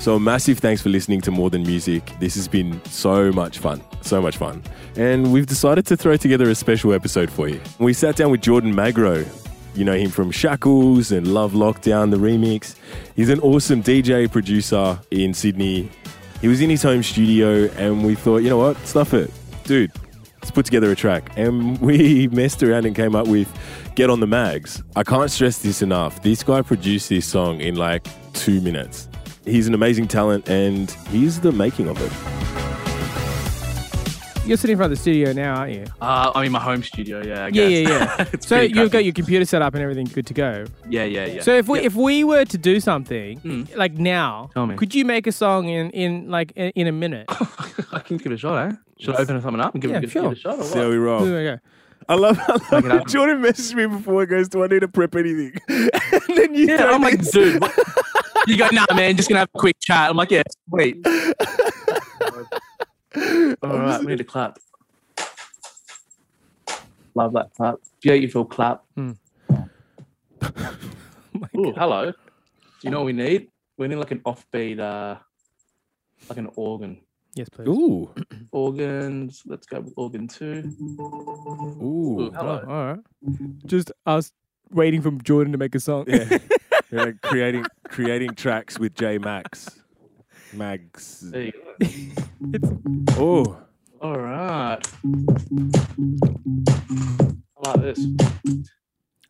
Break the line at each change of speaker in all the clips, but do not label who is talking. So, massive thanks for listening to More Than Music. This has been so much fun, so much fun. And we've decided to throw together a special episode for you. We sat down with Jordan Magro. You know him from Shackles and Love Lockdown, the remix. He's an awesome DJ producer in Sydney. He was in his home studio, and we thought, you know what, stuff it. Dude, let's put together a track. And we messed around and came up with Get on the Mags. I can't stress this enough. This guy produced this song in like two minutes. He's an amazing talent and he's the making of it.
You're sitting in front of the studio now, aren't you?
Uh, I'm in my home studio. Yeah. I
Yeah, yeah,
guess.
yeah.
It's
so
pretty
you've got
crappy.
your computer set up and everything good to go.
Yeah, yeah, yeah. Hmm.
So if we if we were to do something like now,
Tell me.
could you make a song in in like in, in a minute?
I can give it a shot, eh? Should I open something up and give,
Yeah,
it, give
sure.
it a shot? Or
See how
what?
we
There
roll.
we go.
I love, I
Make it
love
happen.
Jordan messaged me before he goes, Do I need to prep anything? and then you
Yeah,
throw
I'm like,
this-
dude. What? You go, nah, man. Just gonna have a quick chat. I'm like, yeah, wait. All right, we need to clap. Love that clap. Beautiful clap.
Hmm. Oh My
Ooh,
God.
hello. Do you know what we need? We need like an offbeat, uh, like an organ.
Yes, please.
Ooh,
Organs. Let's go with organ two. Ooh,
ooh.
Oh,
hello.
all right. Just us waiting for Jordan to make a song.
Yeah. You're like creating, creating tracks with J Max. Mags.
There you go.
Oh,
All right. I like this.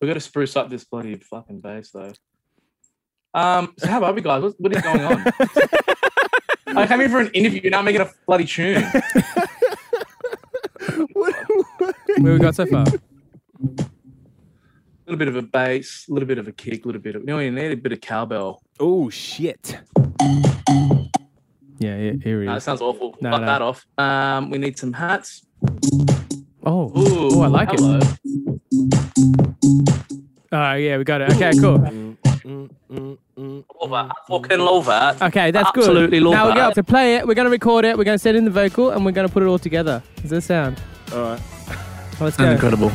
We got to spruce up this bloody fucking bass though. Um, so how about we guys? What, what is going on? I came here for an interview. Now I'm making a bloody tune.
Where we got so far?
A little bit of a bass, a little bit of a kick, a little bit of you know what you need a bit of cowbell.
oh, shit.
Yeah, yeah, here it
No, that
is.
sounds awful.
No,
Fuck
no.
that off. Um, we need some hats.
Oh,
Ooh,
oh, I like
hello.
it. Oh, yeah, we got it. Okay, cool.
Love that. I fucking love that.
Okay, that's good.
Absolutely love
Now we're
that.
going to play it. We're going to record it. We're going to send in the vocal, and we're going to put it all together. Does that sound?
All right.
Let's go.
incredible.